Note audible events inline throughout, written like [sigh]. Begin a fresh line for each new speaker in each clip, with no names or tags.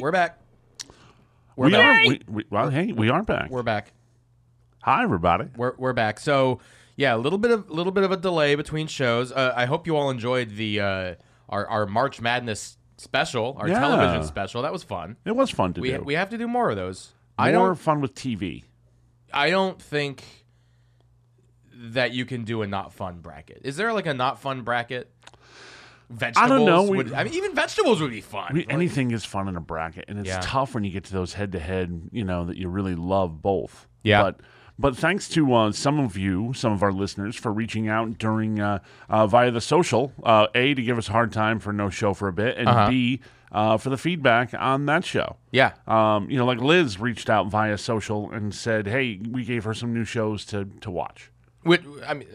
We're back. We're
we
back.
are. We, we, well, hey, we are back.
We're back.
Hi, everybody.
We're we're back. So yeah, a little bit of little bit of a delay between shows. Uh, I hope you all enjoyed the uh, our our March Madness special, our
Yeah.
television special. That was fun.
It was fun to
We
do.
we have to do more of those.
More
I don't
fun with TV.
I don't think that you can do a not fun bracket. Is there like a not fun bracket? Vegetables
know. We-
Would, I mean, even vegetables would be fun.
I mean,
Like,
anything is fun in a bracket, and it's
Yeah.
tough when you get to those head to head, you know, that you really love both.
Yeah.
But but thanks to uh, some of you, some of our listeners, for reaching out during uh, uh, via the social, uh, a to give us a hard time for no show for a bit, and
Uh-huh.
b uh, for the feedback on that show.
yeah,
Um, you know, like Liz reached out via social and said, "Hey, we gave her some new shows to to watch."
Which, I mean,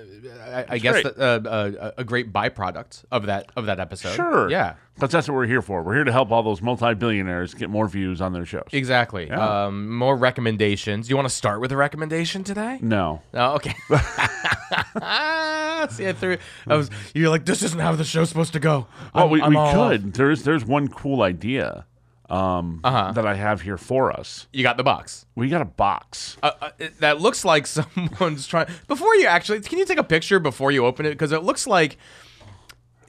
I, I guess
great.
that, uh, uh, a great byproduct of that of that episode.
Sure.
Yeah.
But that's what we're here for. We're here to help all those multi-billionaires get more views on their shows.
Exactly. Um, more recommendations. Do you want to start with a recommendation today?
no.
No.
[laughs]
Okay. [laughs] See, I threw. I was. You're like, this isn't how the show's supposed to go.
Well,
I'm-
we,
I'm
we
all off.
could. There's there's one cool idea um,
Uh-huh.
that I have here for us.
You got the box.
We got a box.
Uh, uh, it- that looks like [laughs] someone's trying. Before you actually, can you take a picture before you open it? Because it looks like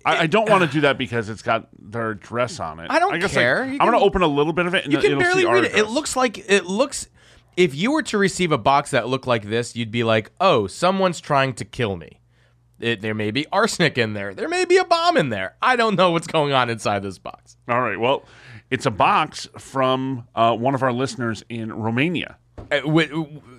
I, I don't want to do that because it's got their address on it.
I don't
guess
care.
I,
You
am going to
can-
open a little bit of it, and
you
it-
can
it'll
barely
Uh, see our
read it. It
address.
looks like it looks. If you were to receive a box that looked like this, you'd be like, "Oh, someone's trying to kill me." It, there may be arsenic in there. There may be a bomb in there. I don't know what's going on inside this box.
All right. Well, it's a box from uh, one of our listeners in Romania.
Uh, whi-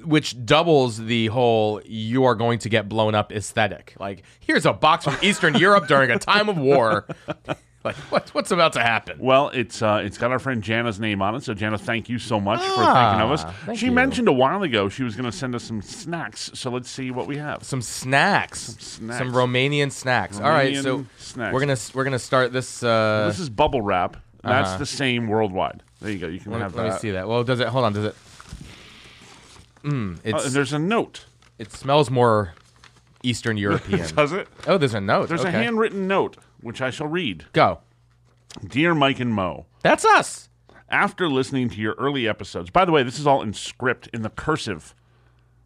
Which doubles the whole "you are going to get blown up" aesthetic. Like, here's a box from
[laughs]
Eastern Europe during a time of war. [laughs] Like, what, what's about to happen?
Well, it's uh, it's got our friend Jana's name on it. So Jana, thank you so much for
Ah,
thinking of us.
thank
she
you.
mentioned a while ago she was going to send us some snacks. So let's see what we have.
some snacks, some,
snacks.
Romanian snacks. All right,
Romanian
so
snacks.
we're gonna we're gonna start this. Uh,
This is bubble wrap. That's the same worldwide. There you go. You can
Uh-huh. let,
have
me- let
that.
me see that. Well, does it? Hold on, does it? Mm,
Oh,
it's,
there's a note.
it smells more Eastern
[laughs]
European.
Does it?
oh, there's a note.
There's
okay.
a handwritten note, which I shall read.
Go.
Dear Mike and Mo,
That's us.
after listening to your early episodes, by the way, this is all in script, in the cursive,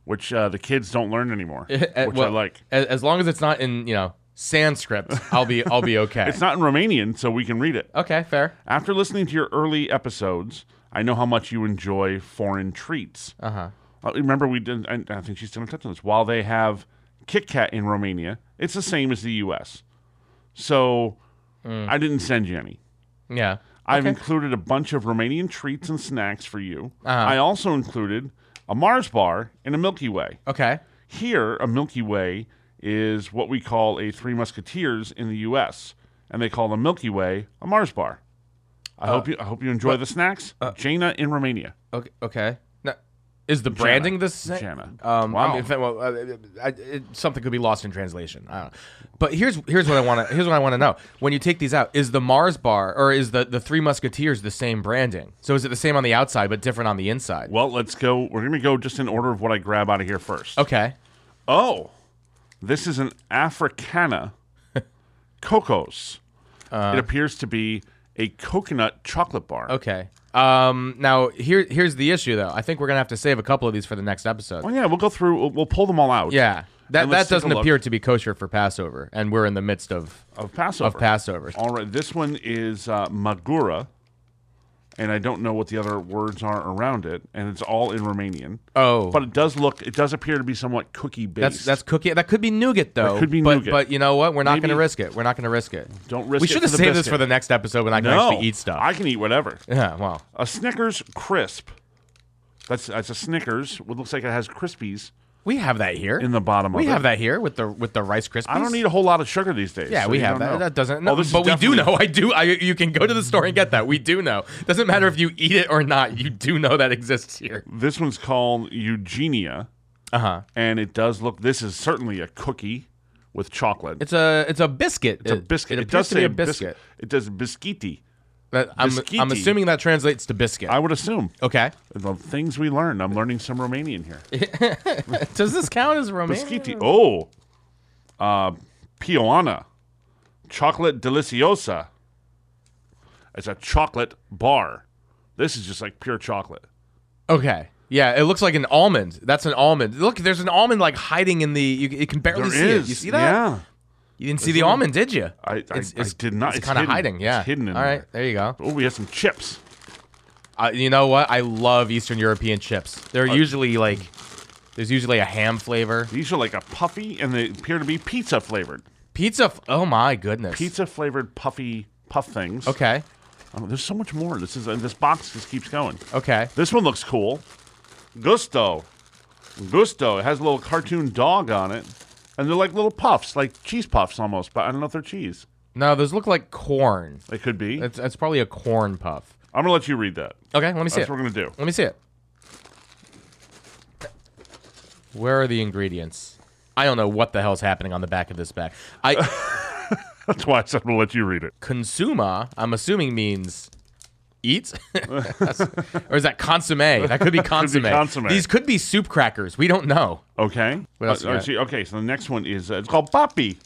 which uh, the kids don't
[laughs]
learn anymore, which
Uh,
I
well,
like.
a- As long as it's not in you know Sanskrit, I'll be I'll
[laughs]
be okay.
It's not in Romanian, so we can read it.
okay, fair.
After listening to your early episodes, I know how much you enjoy foreign treats. Uh-huh. Remember, we did. I, I think she's still in touch with this. While they have Kit Kat in Romania, it's the same as the U.S. So I didn't send you any.
Yeah.
I've
Okay.
included a bunch of Romanian treats and snacks for you. I also included a Mars bar and a Milky Way.
Okay.
Here, a Milky Way is what we call a Three Musketeers in the U.S., and they call a Milky Way a Mars bar. I
Uh,
hope you I hope you enjoy the snacks. Jana in Romania.
Okay. Okay. No, is the branding the same?
Jana.
Um,
Wow.
I mean, fa- well, uh, I, it, something could be lost in translation. I don't know. But here's here's what I want to here's what I want to know. When you take these out, is the Mars bar or is the the Three Musketeers the same branding? So is it the same on the outside but different on the inside?
Well, let's go. We're gonna go just in order of what I grab out of here first.
Okay.
Oh, this is an
[laughs]
Africana Cocos. it appears to be a coconut chocolate bar.
Uh, Okay. Um, now here here's the issue though. I think we're gonna have to save a couple of these for the next episode.
Well, Oh, yeah, we'll go through. We'll, we'll pull them all out.
Yeah. That
And let's
that
take
doesn't
a look.
appear to be kosher for Passover, and we're in the midst of
of Passover.
of Passover.
All right, this one is uh, Magura, and I don't know what the other words are around it, and it's all in Romanian.
Oh.
but it does look. It does appear to be somewhat cookie based.
That's that's cookie. That could be nougat though.
could be
but,
nougat.
But you know what? We're not
Maybe-
going to risk it. We're not going to risk it.
Don't risk
We
it
should
for
have
the
saved this
biscuit.
for the next episode when I can
no.
actually eat stuff.
I can eat whatever.
[laughs] yeah. Well.
A Snickers crisp. That's that's a Snickers. What looks like it has crispies
We have that here
in the bottom
We
of it.
have that here with the with the rice krispies.
I don't need a whole lot of sugar these days.
Yeah,
so
we
you
have
don't
that.
know.
That doesn't.
Oh,
No,
this is
but we do
definitely-
know. [laughs] I do. I you can go to the store and get that. We do know. Doesn't matter if you eat it or not. You do know that exists here.
This one's called Eugenia,
Uh huh.
and it does look. This is certainly a cookie with chocolate.
It's a it's a biscuit.
It's a biscuit.
It,
It,
appears
does
to
say
be a
bis-
biscuit.
it does biscuiti.
That- I'm I'm
Biscuiti.
assuming that translates to biscuit.
I would assume.
okay. [laughs]
The things we learned. I'm learning some Romanian here.
Does this count as Romanian?
Biscuiti. Oh. Uh, Pioana. Chocolate deliciosa. It's a chocolate bar. This is just like pure chocolate.
Okay. Yeah, it looks like an almond. That's an almond. Look, there's an almond like hiding in the. You, you can barely
There
see
is.
it. You see that?
Yeah.
You didn't see the almond, did you?
I- I- I did not.
It's,
It's
kind of
hidden.
hiding. Yeah.
It's hidden in
All right.
there.
There, you go.
Oh, we have some chips.
Uh, you know what? I love Eastern European chips. They're
Uh,
usually like. There's usually a ham flavor.
These are like a puffy, and they appear to be pizza flavored.
Pizza. F- oh my goodness.
Pizza flavored puffy puff things.
Okay.
Oh, there's so much more. This is uh, this box just keeps going.
Okay.
This one looks cool. Gusto. Gusto. It has a little cartoon dog on it. And they're like little puffs, like cheese puffs almost, but I don't know if they're cheese.
No, those look like corn.
They could be.
That's, that's probably a corn puff.
I'm going to let you read that.
Okay. Let me see
That's
it.
what we're going to do. [laughs]
Let me see it. Where are the ingredients? I don't know what the hell's happening on the back of this bag. I
[laughs] That's why I said I'm going to let you read it.
consuma, I'm assuming means eat, [laughs] or is that consomme? That could
[laughs]
be consomme.
consomme.
These could be soup crackers. We don't know.
Okay.
What else
Uh,
you
uh,
got?
see, okay, so the next one is uh, it's called Poppy.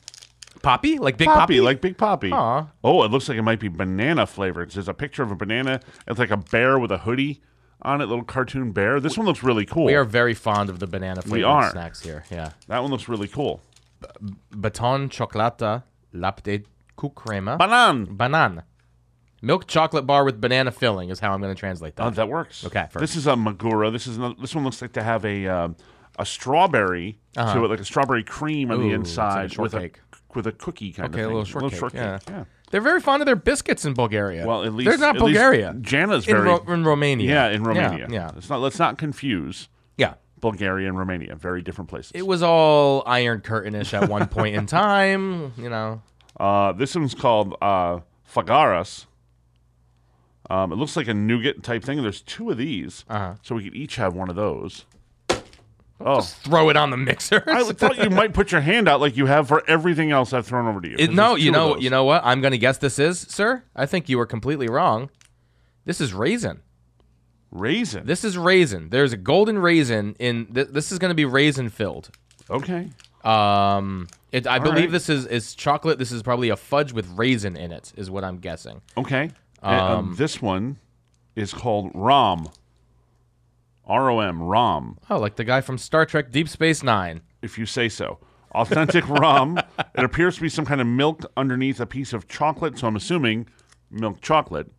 Poppy, like big
poppy.
poppy.
like Big Poppy.
Aw.
Oh, it looks like it might be banana flavored. There's a picture of a banana. It's like a bear with a hoodie on it, little cartoon bear. This one looks really cool.
we are very fond of the banana flavored
are.
snacks here. Yeah,
That one looks really cool.
baton chocolata lapte cu crema
Banan.
banan milk chocolate bar with banana filling is how I'm going to translate that.
Oh, that works.
Okay, first.
This is a Magura. This is another, this one looks like to have a um, a strawberry to it, like a strawberry cream on
Uh-huh. Ooh,
the
it's
inside
like a
with a
shortcake.
with a cookie kind
Okay, a
of thing.
little shortcake. Yeah.
yeah.
They're very fond of their biscuits in Bulgaria.
Well, at least
they're not
at least
Bulgaria.
Jana's
in,
very
Ro- in Romania.
yeah in Romania.
Yeah, yeah,
It's not. Let's not confuse
yeah.
Bulgaria and Romania. Very different places.
It was all Iron Curtainish at one point
[laughs]
in time. You know,
Uh, this one's called uh, Fagaras. Um, it looks like a nougat type thing. There's two of these,
Uh-huh.
so we could each have one of those. Oh,
throw it on the mixer. [laughs]
I thought you might put your hand out like you have for everything else I've thrown over to you.
It-
'cause
no,
there's
you
two of
know,
those.
you know what? I'm going to guess this is, sir. I think you were completely wrong. This is raisin.
raisin.
This is raisin. There's a golden raisin in. Th- this is going to be raisin filled.
okay,
Um, it, I believe
right.
this is is chocolate. This is probably a fudge with raisin in it, is what I'm guessing.
okay. And, um, this one is called Rom. R O M Rom.
Oh, like the guy from Star Trek Deep Space Nine.
if you say so.
[laughs]
Authentic rum. It appears to be some kind of milk underneath a piece of chocolate, so I'm assuming milk chocolate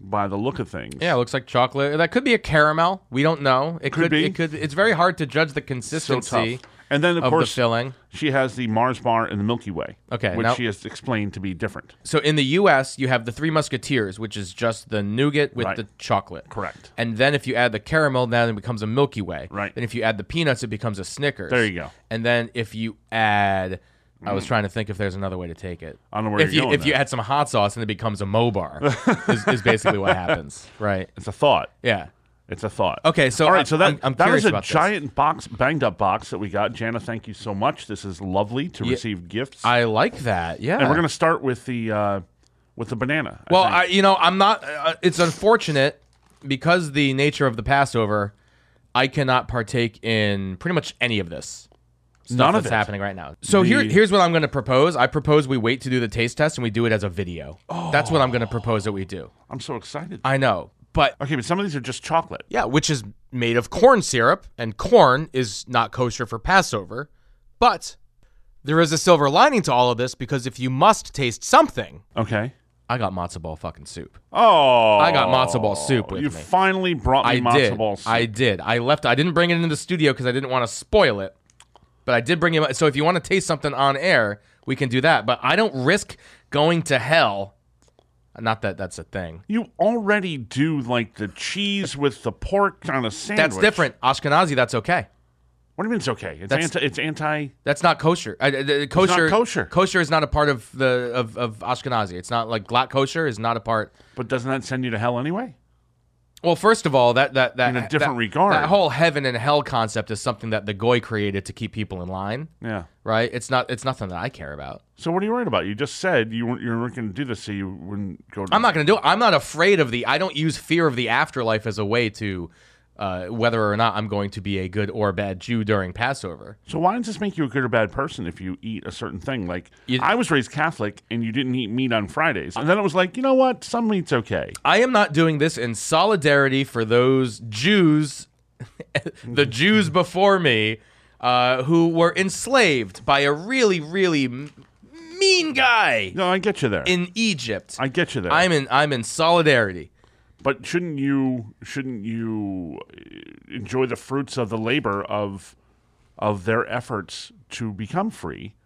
by the look of things.
Yeah, it looks like chocolate. That could be a caramel. We don't know. It could,
be.
It could. It's very hard to judge the
so
consistency
tough. And then of,
of
course
the filling.
she has the Mars bar and the Milky Way.
Okay,
which
now-
she has explained to be different.
So in the U.S., you have the Three Musketeers, which is just the nougat with
Right.
the chocolate.
Correct.
And then if you add the caramel, then it becomes a Milky Way.
Right.
And if you add the peanuts, it becomes a Snickers.
There you go. Mm.
And then if you add, I was trying to think if there's another way to take it.
I don't know where
if
you're
you
going
if you
there.
add some hot sauce, and it becomes a
[laughs]
Mobar, is, is basically what happens. Right.
It's a thought.
Yeah.
It's a thought.
Okay, so
all right,
I'm-
so that
I'm- I'm
that
curious
is a
about this.
giant box, banged up box that we got. Jana, thank you so much. This is lovely to receive gifts,
I like that. Yeah.
and we're gonna start with the uh, with the banana.
Well,
think.
I, you know, I'm not. Uh, it's unfortunate because the nature of the Passover, I cannot partake in pretty much any of this. Stuff
None of
that's
it.
happening right now. So here,
The-
here's what I'm going to propose. I propose we wait to do the taste test and we do it as a video. That's what I'm going to propose that we do.
I'm so excited.
Oh. I know, but
Okay, but some of these are just chocolate.
yeah, which is made of corn syrup, and corn is not kosher for Passover. But there is a silver lining to all of this because if you must taste something,
Okay.
I got matzo ball fucking soup.
Oh,
I got matzo ball soup with
You
me.
finally brought me
I
matzo
did.
ball soup.
I did. I left. I didn't bring it into the studio because I didn't want to spoil it. But I did bring it. So if you want to taste something on air, we can do that. But I don't risk going to hell. Not that that's a thing.
you already do like the cheese with the pork on a sandwich.
That's different. Ashkenazi, that's okay.
What do you mean it's okay? It's
That's-
anti. It's anti.
That's not kosher. I- I- I- kosher,
kosher.
Kosher is not a part of the of, of Ashkenazi. It's not like glatt kosher is not a part.
But doesn't that send you to hell anyway?
Well, first of all, that that that
In a different
that-
regard.
that whole heaven and hell concept is something that the goy created to keep people in line,
Yeah.
right? It's not it's nothing that I care about.
So what are you worried about? You just said you weren't you weren't going to do this, so you wouldn't go. to
I'm not going to do it. I'm not afraid of the. I don't use fear of the afterlife as a way to uh, whether or not I'm going to be a good or bad Jew during Passover.
So why does this make you a good or bad person if you eat a certain thing? Like
You-
I was raised Catholic and you didn't eat meat on Fridays, and then it was like, you know what? Some meat's okay.
I am not doing this in solidarity for those Jews, [laughs] the Jews before me, uh, who were enslaved by a really, really m- mean guy
No, I get you there.
in Egypt.
I get you there.
I'm in. I'm in solidarity.
but shouldn't you shouldn't you uh, enjoy the fruits of the labor of of their efforts to become free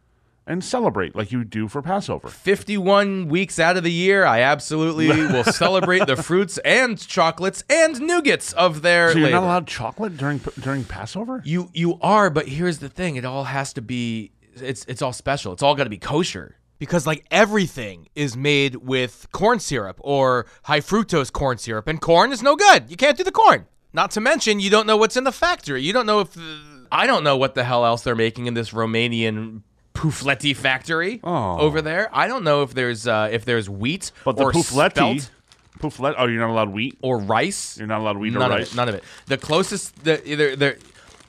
and celebrate like you do for Passover?
51 weeks out of the year, I
[laughs]
absolutely will celebrate the fruits and chocolates and nougats of their
So you're not
labor.
allowed chocolate during during Passover?
You you are, but here's the thing: it all has to be. It's it's all special. It's all got to be kosher.
because like everything is made with corn syrup or high fructose corn syrup and corn is no good you can't do the corn not to mention you don't know what's in the factory you don't know if
I don't know what the hell else they're making in this Romanian pufleti factory
Oh.
over there. I don't know if there's uh, if there's wheat
But the
or
pufletti,
spelt
puflet. Oh, you're not allowed wheat.
or rice.
You're not allowed wheat
none
or
of
rice.
it. None of it. The closest the, there there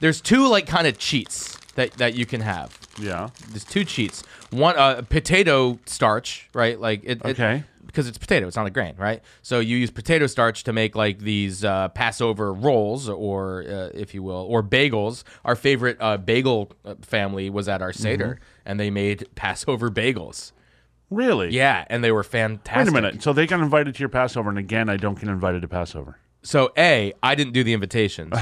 there's two like kind of cheats that that you can have.
yeah.
There's two cheats. One uh, potato starch, right? Like it, it-
Okay.
because it's potato, it's not a grain, right? So you use potato starch to make like these uh, Passover rolls, or uh, if you will, or bagels. Our favorite uh, bagel uh, family was at our seder,
Mm-hmm.
and they made Passover bagels.
Really?
Yeah, and they were fantastic.
Wait a minute. So they got invited to your Passover, and again, I don't get invited to Passover.
So A, I didn't do the invitations.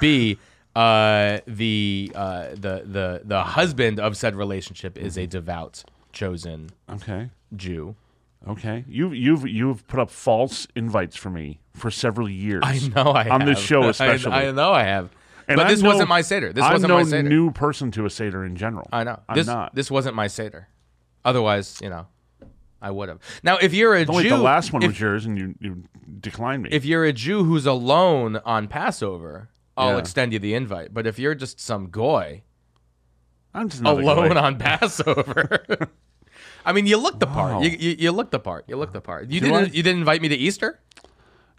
B, uh, the uh, the the the husband of said relationship is a devout chosen
Okay.
Jew.
Okay. You you've you've put up false invites for me for several years.
I know I
on
have.
this
[laughs]
show
I-
especially.
I, know I have.
And
but
I'm
this
no-
wasn't my seder. This
I'm
wasn't
no
my seder.
new person to a seder in general.
I know.
I'm
this
not.
this wasn't my seder. Otherwise, you know, I would have. Now, if you're a
Oh, wait,
Jew,
the last one
if,
was yours, and you you declined me.
if you're a Jew who's alone on Passover, I'll
Yeah.
extend you the invite. But if you're just some goy
I'm just another
alone
guy.
on Passover, [laughs] I mean, you look the
Wow.
part. You, you you look the part. You look the part. You
Do
didn't
I?
you didn't invite me to Easter.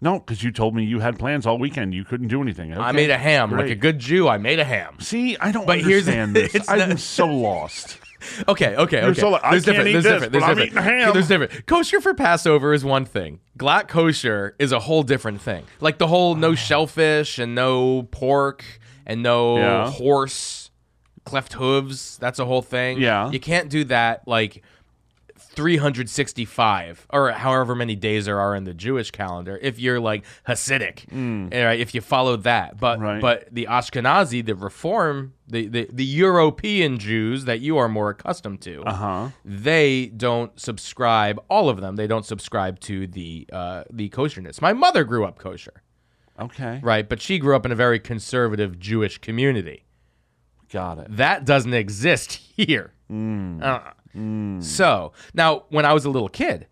No, because you told me you had plans all weekend. You couldn't do anything.
I
Okay.
made a ham like
Great.
a good Jew. I made a ham.
See, I don't
But here's- [laughs]
understand
it's
this. I'm so lost.
Okay, okay, okay.
so like, I can't eat this, but I'm
different.
eating ham.
There's different. Kosher for Passover is one thing. Glatt kosher is a whole different thing. Like the whole
Ah.
no shellfish and no pork and no
Yeah.
horse cleft hooves. That's a whole thing.
Yeah.
you can't do that. Like 365 or however many days there are in the Jewish calendar if you're like Hasidic all right, if you follow that but
Mm. Right.
but uh, the Ashkenazi the reform the, the the European Jews that you are more accustomed to
Uh-huh.
they don't subscribe all of them they don't subscribe to the uh the kosherness my mother grew up kosher
Okay.
right but she grew up in a very conservative Jewish community
Got it.
that doesn't exist [laughs] here. Uh, So now, when I was a little kid,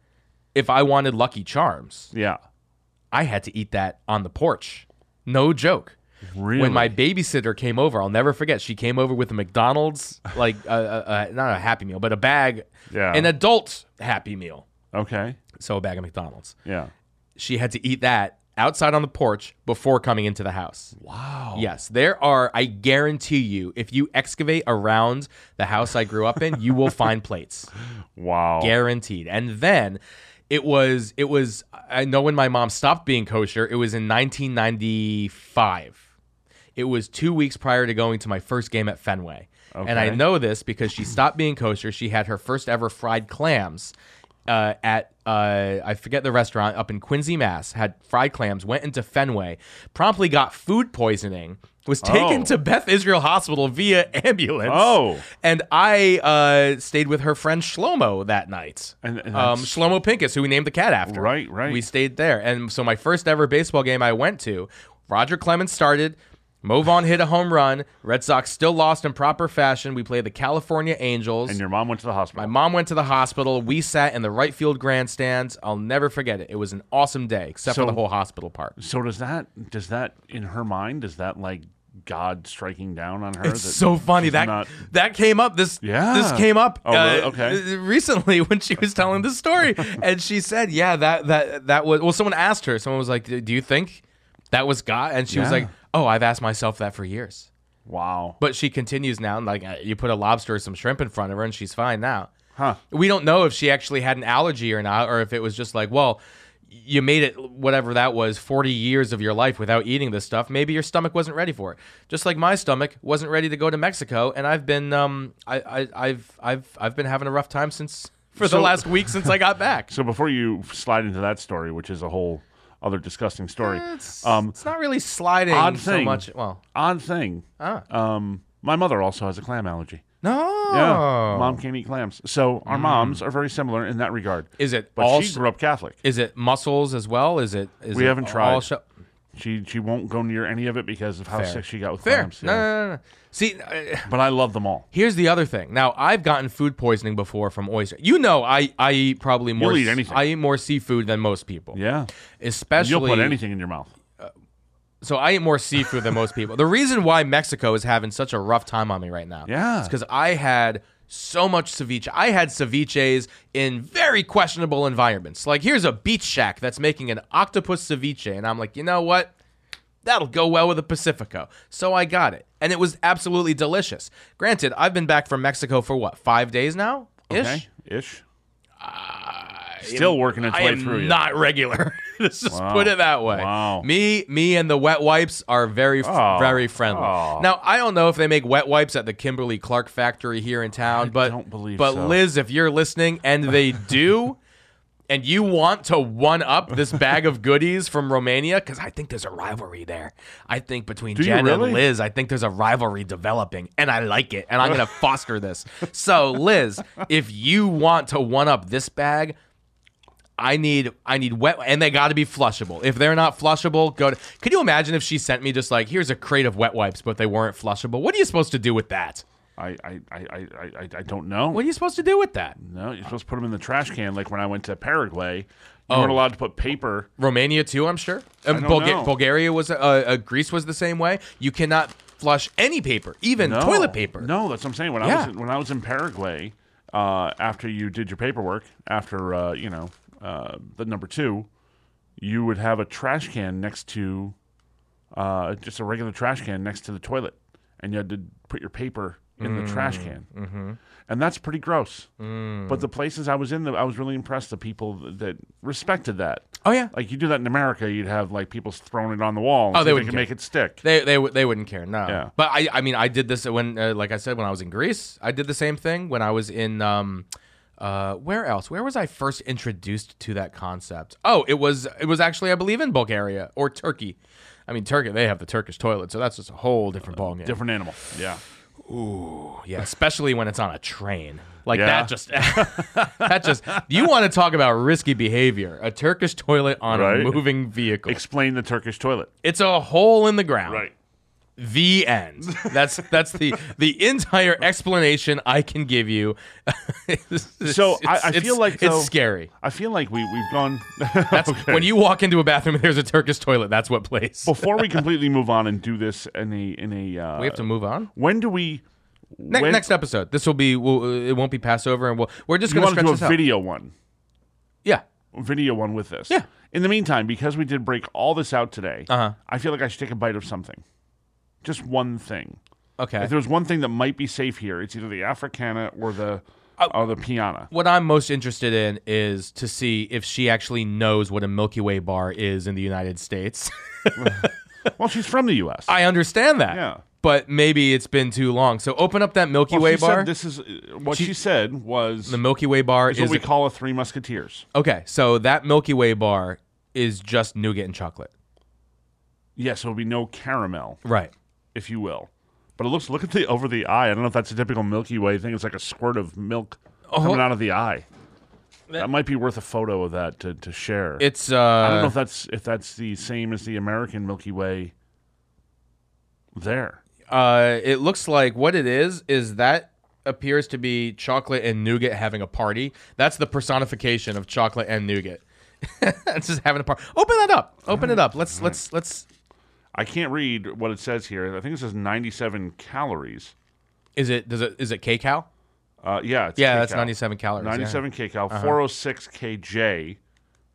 if I wanted Lucky Charms,
Yeah.
I had to eat that on the porch. No joke.
Really?
When my babysitter came over, I'll never forget. She came over with a McDonald's, like a, a, a, not a Happy Meal, but a bag,
Yeah.
an adult Happy Meal.
okay.
So a bag of McDonald's.
Yeah.
She had to eat that outside on the porch before coming into the house.
Wow.
Yes, there are. I guarantee you, if you excavate around the house I grew up in, you will find plates,
Wow.
guaranteed. And then it was, it was. I know when my mom stopped being kosher. It was in 1995. It was two weeks prior to going to my first game at Fenway, and I
Okay.
know this because she stopped being kosher. She had her first ever fried clams. Uh, at uh, I forget the restaurant up in Quincy, Mass. Had fried clams. Went into Fenway. Promptly got food poisoning. Was taken
Oh.
to Beth Israel Hospital via [laughs] ambulance.
Oh.
and I uh, stayed with her friend Shlomo that night.
And- and
um,
that's-
Shlomo Pincus, who we named the cat after.
Right, right.
We stayed there. And so my first ever baseball game I went to, Roger Clemens started. Movon hit a home run. Red Sox still lost in proper fashion. We played the California Angels.
And your mom went to the hospital.
my mom went to the hospital. We sat in the right field grandstands. I'll never forget it. It was an awesome day, except for
So-
the whole hospital part.
So does that does that in her mind does that like God striking down on her?
It's so funny
she's
that
not-
that came up. This
Yeah.
this came up uh,
Oh, really?
[laughs]
Okay.
recently when she was telling the
[laughs]
story, and she said, "Yeah, that that that was." Well, someone asked her. Someone was like, "Do you think That was God, and she was
Yeah.
like, "Oh, I've asked myself that for years."
Wow.
But she continues now, and like uh, you put a lobster or some shrimp in front of her, and she's fine now.
Huh.
We don't know if she actually had an allergy or not, or if it was just like, well, you made it whatever that was, forty years of your life without eating this stuff. Maybe your stomach wasn't ready for it. Just like my stomach wasn't ready to go to Mexico, and I've been, um, I, I, I've, I've, I've been having a rough time since for the
So-
last [laughs] week since I got back.
So before you slide into that story, which is a whole other disgusting story,
It's,
um,
it's not really sliding
odd
so
thing.
much. Well,
odd thing.
Ah.
Um, my mother also has a clam allergy.
no.
Yeah,
Oh.
mom can't eat clams. So our moms are very similar in that regard.
Mm. Is it
But
all?
she
sh-
grew up Catholic.
is it muscles as well? Is it? Is
We
it
haven't
all
tried.
sho-
She she won't go near any of it because of how
Fair.
sick she got with
Fair.
clams.
No, no, no, no. See, uh,
But I love them all.
here's the other thing. Now, I've gotten food poisoning before from oyster. You know, I I eat probably more.
You'll eat
s-
anything.
I eat more seafood than most people.
Yeah,
Especially
you'll put anything in your mouth.
so I eat more seafood than most people. The reason why Mexico is having such a rough time on me right now,
Yeah.
is because I had so much ceviche. I had ceviches in very questionable environments. Like here's a beach shack that's making an octopus ceviche, and I'm like, you know what? That'll go well with a Pacifico. So I got it, and it was absolutely delicious. Granted, I've been back from Mexico for what five days now, ish.
Okay, ish. Still working its
I
way
am
through. you.
not regular. [laughs] Let's just put it that way.
Wow.
Me, me, and the wet wipes are very,
Oh.
very friendly.
Oh.
Now I don't know if they make wet wipes at the Kimberly Clark factory here in town, but
don't believe
but
so.
Liz, if you're listening, and they
[laughs]
do. And you want to one up this bag of goodies from Romania? Because I think there's a rivalry there. I think between
you
Jen
really?
and Liz, I think there's a rivalry developing, and I like it, and I'm going
[laughs]
to foster this. So, Liz, if you want to one up this bag, I need I need wet and they got to be flushable. If they're not flushable, go to. Could you imagine if she sent me just like here's a crate of wet wipes, but they weren't flushable? What are you supposed to do with that?
I I, I, I, I I don't know.
What are you supposed to do with that?
No, you're supposed to put them in the trash can. Like when I went to Paraguay, you
Oh.
weren't allowed to put paper.
Romania too, I'm sure. Um,
don't know.
Bulgaria was uh, uh, Greece was the same way. You cannot flush any paper, even
No.
toilet paper.
No, that's what I'm saying. When I
Yeah.
was in, when I was in Paraguay, uh, after you did your paperwork, after uh, you know uh, the number two, you would have a trash can next to uh, just a regular trash can next to the toilet, and you had to put your paper in the trash
Mm,
can, mm-hmm. and that's pretty gross. But the places I was in, I was really impressed. The people that- that respected that.
Oh yeah,
Like you do that in America, you'd have like people throwing it on the wall. and
Oh,
see
they
if
wouldn't
can
care.
make it stick.
They they wou- they wouldn't care. No.
Yeah.
But I I mean I did this when uh, like I said when I was in Greece I did the same thing when I was in um uh where else where was I first introduced to that concept oh it was it was actually I believe in Bulgaria or Turkey. I mean, Turkey, they have the Turkish toilet, so that's just a whole different ballgame.
Different animal. Yeah.
Yeah, especially when it's on a train. Like
Yeah.
that just [laughs] that just you want to talk about risky behavior. A Turkish toilet on
Right.
a moving vehicle.
Explain the Turkish toilet.
it's a hole in the ground. the end. That's that's the the entire explanation I can give you. [laughs] It's-
So, I-
it's-
I feel
it's-
like,
it's
though-
scary.
I feel like we we've gone [laughs]
That's when you walk into a bathroom and there's a Turkish toilet. That's what plays.
before we completely move on and do this in a in a. Uh,
we have to move on.
When do we?
Ne-
when-
next episode, this will be. We'll, uh, it won't be Passover, and we'll, we're just
You
going to
want to
stretch this
do a
out.
video one?
Yeah,
Video one with this.
Yeah.
In the meantime, because we did break all this out today,
Uh-huh.
I feel like I should take a bite of something. Just one thing.
okay.
If there's one thing that might be safe here, it's either the Africana or the
Uh,
or the Piana.
What I'm most interested in is to see if she actually knows what a Milky Way bar is in the United States. [laughs]
Well, she's from the U.S.
I understand that.
Yeah.
But maybe it's been too long. So open up that Milky
Well,
Way
she said
bar.
this is uh, what she, said was
the Milky Way bar
is
is,
what we
a-
call a Three Musketeers.
Okay, so that Milky Way bar is just nougat and chocolate.
Yes, it'll be no caramel,
Right.
if you will. But it looks look at the over the eye. I don't know if that's a typical Milky Way thing. It's like a squirt of milk
Oh,
coming out of the eye. That might be worth a photo of that to, to share.
It's uh
I don't know if that's if that's the same as the American Milky Way. There,
uh it looks like what it is is that appears to be chocolate and nougat having a party. That's the personification of chocolate and nougat. [laughs] it's just having a party. Open that up. Open it up. Let's let's let's
I can't read what it says here. I think it says ninety-seven calories.
is it does it is it K-Cal?
Uh, yeah, it's
Yeah, that's
kcal.
97 calories. yeah. Uh-huh.
97 kcal, 406 kj.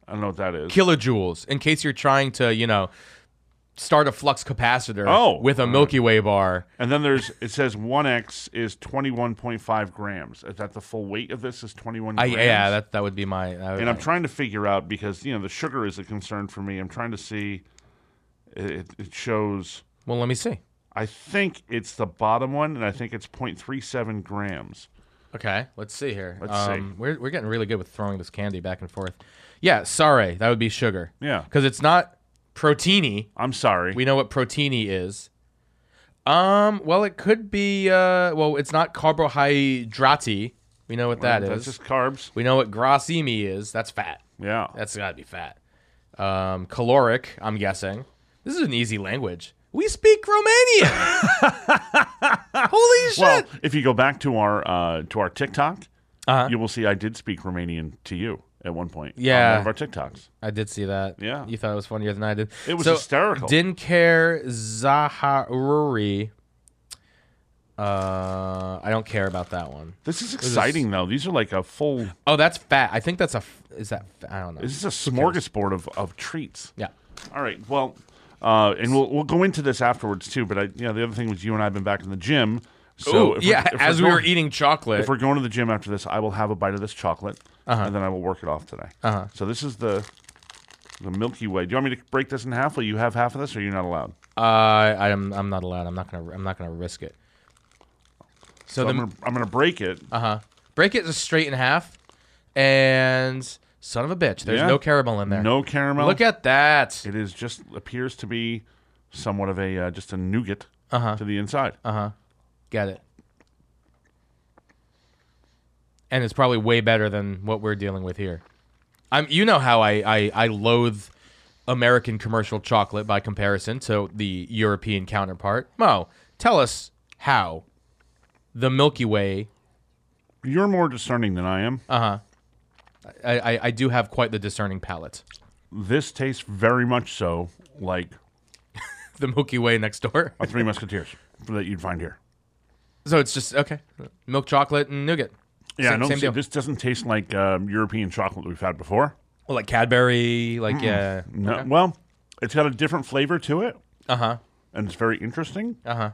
I don't know what that is.
kilojoules in case you're trying to, you know, start a flux capacitor
Oh.
with a Milky Way bar.
And then there's it says one X is twenty one point five grams. Is that the full weight of this? Is twenty one
I,
grams?
yeah, that that would be my. I would-
and I'm trying to figure out because you know the sugar is a concern for me. I'm trying to see. It, it shows.
well, let me see.
I think it's the bottom one, and I think it's 0.37 grams.
Okay, let's see here. Um,
Let's see.
We're, we're getting really good with throwing this candy back and forth. Yeah, sorry, that would be sugar.
Yeah.
because it's not proteiny.
I'm sorry.
We know what proteiny is. Um, well, it could be. Uh, well, it's not carbohydrate. We know what that is.
That's just carbs.
we know what grassimi is. That's fat.
Yeah.
That's got to be fat. Um, caloric. I'm guessing. This is an easy language. We speak
[laughs]
Romanian. Holy shit!
well, if you go back to our uh, to our TikTok,
Uh-huh.
you will see I did speak Romanian to you at one point. on
Yeah.
one of our TikToks.
I did see that.
Yeah.
You thought it was funnier than I did.
It was
so,
hysterical.
Dincare Zaharuri. Uh, I don't care about that one.
This is exciting though. These are like a full.
Oh, that's fat. I think that's a. f- Is that? Fat? I don't know.
This is a smorgasbord of, of treats.
yeah.
All right. Well, uh, and we'll we'll go into this afterwards too. But I, you know, the other thing was you and I have been back in the gym. So
Ooh,
if we're-
yeah.
if we're
As we were
going-
eating chocolate.
If we're going to the gym after this, I will have a bite of this chocolate,
Uh-huh.
and then I will work it off today. Uh-huh. So this is the the Milky Way. Do you want me to break this in half? Will you have half of this, or are you not allowed?
uh, I am. I'm not allowed. I'm not gonna. I'm not gonna risk it. So,
So
the
I'm, gonna, I'm gonna break it.
uh huh. Break it just straight in half, and son of a bitch, there's
Yeah.
no caramel in there.
No caramel.
Look at that.
it is just appears to be somewhat of a uh, just a nougat uh to the inside. Uh-huh.
Get it. And it's probably way better than what we're dealing with here. I'm you know how I, I, I loathe American commercial chocolate by comparison to the European counterpart. Mo, tell us how the Milky Way
You're more discerning than I am.
I, I, I do have quite the discerning palate. [laughs]
This tastes very much so like
The Milky Way next door. [laughs]
a Three Musketeers that you'd find here.
So it's just okay. Milk chocolate and nougat.
Yeah,
same,
no,
same
see,
deal.
this doesn't taste like um, European chocolate we've had before.
Well, like Cadbury, like yeah.
No, well, it's got a different flavor to it. Uh huh.
Uh-huh,
And it's very interesting. Uh huh.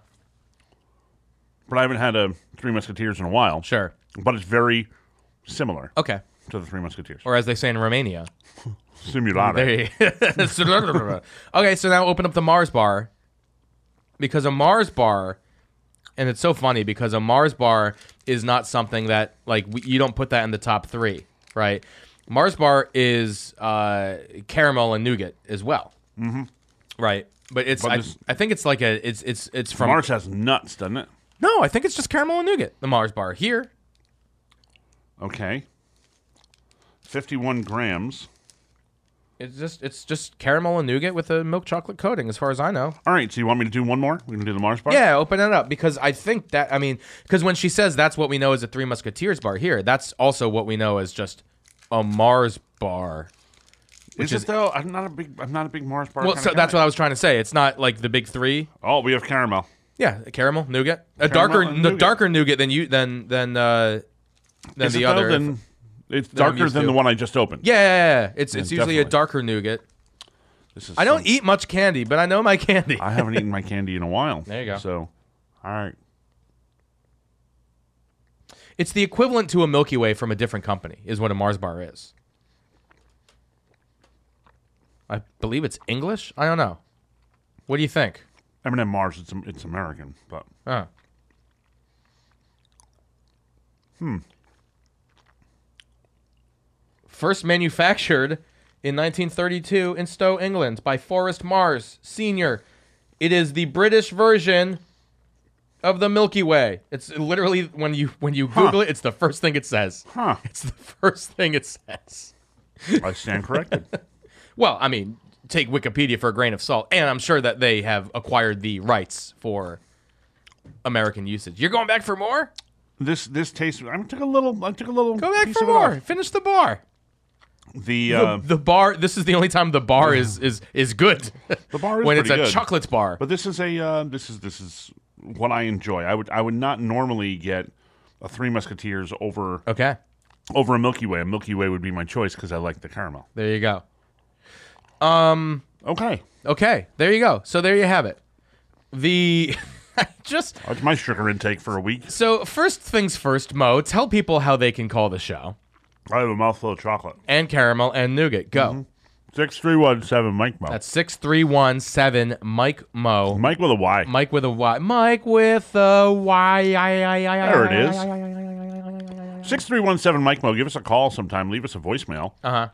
But I haven't had a Three Musketeers in a while.
Sure.
But it's very similar
Okay.
to the Three Musketeers.
Or as they say in Romania,
Simulata.
There you- [laughs] So- okay, so now open up the Mars bar because a Mars bar, and it's so funny because a Mars bar is not something that like we, you don't put that in the top three, right? Mars bar is uh, caramel and nougat as well, mm-hmm. right? But it's
But
I,
this-
I think it's like a it's it's it's from
Mars has nuts, doesn't it?
No, I think it's just caramel and nougat. The Mars bar here,
Okay. 51 grams.
it's just it's just caramel and nougat with a milk chocolate coating, as far as I know.
All right, so you want me to do one more? We can do the Mars bar?
Yeah, open it up because I think that I mean because when she says that's what we know as a Three Musketeers bar here, that's also what we know as just a Mars bar.
Is it though? I'm not a big I'm not a big Mars bar.
Well,
kinda
so that's
guy.
what I was trying to say. It's not like the big three.
Oh, we have caramel.
Yeah, caramel nougat, a
Caramel
darker,
and
the
nougat.
darker nougat than you than than uh, than
Is
the
it
other.
though? Then it's
I'm
darker
used
than
to.
the one I just opened.
yeah, yeah, yeah. it's it's usually a
definitely.
darker nougat.
This is
I don't
some-
eat much candy, but I know my [laughs] candy.
I haven't eaten my candy in a while.
There you go.
So, all right.
It's the equivalent to a Milky Way from a different company, is what a Mars bar is. I believe it's English. I don't know. What do you think?
I mean, at Mars, it's it's American, but
Huh. Hmm. First manufactured in 1932 in Stowe, England, by Forrest Mars Sr. It is the British version of the Milky Way. It's literally when you when you Google it, it's the first thing it says.
huh?
It's the [laughs] first thing it says. [laughs]
I stand corrected.
Well, I mean, take Wikipedia for a grain of salt, and I'm sure that they have acquired the rights for American usage. You're going back for more?
this this tastes. I took a little. I took a little.
Go back
piece
for
of it
more.
off.
Finish the bar.
The uh,
the bar. This is the only time the bar is is is good.
The bar
[laughs]
is
when it's a
pretty good.
chocolate bar.
but this is a uh, this is this is what I enjoy. I would I would not normally get a Three Musketeers over
okay,
over a Milky Way. A Milky Way would be my choice because I like the caramel.
there you go. Um,
Okay.
Okay, there you go. So there you have it. The [laughs] just
That's my sugar intake for a week.
so first things first, Mo, tell people how they can call the show
I have a mouthful of chocolate.
and caramel and nougat. Go.
Mm-hmm. 6317 Mike Mo.
That's six three one seven Mike Mo.
Mike with a Y.
Mike with a Y. Mike with a Y.
There
There
it is. 6317 Mike Mo. Give us a call sometime. Leave us a voicemail.
Uh huh.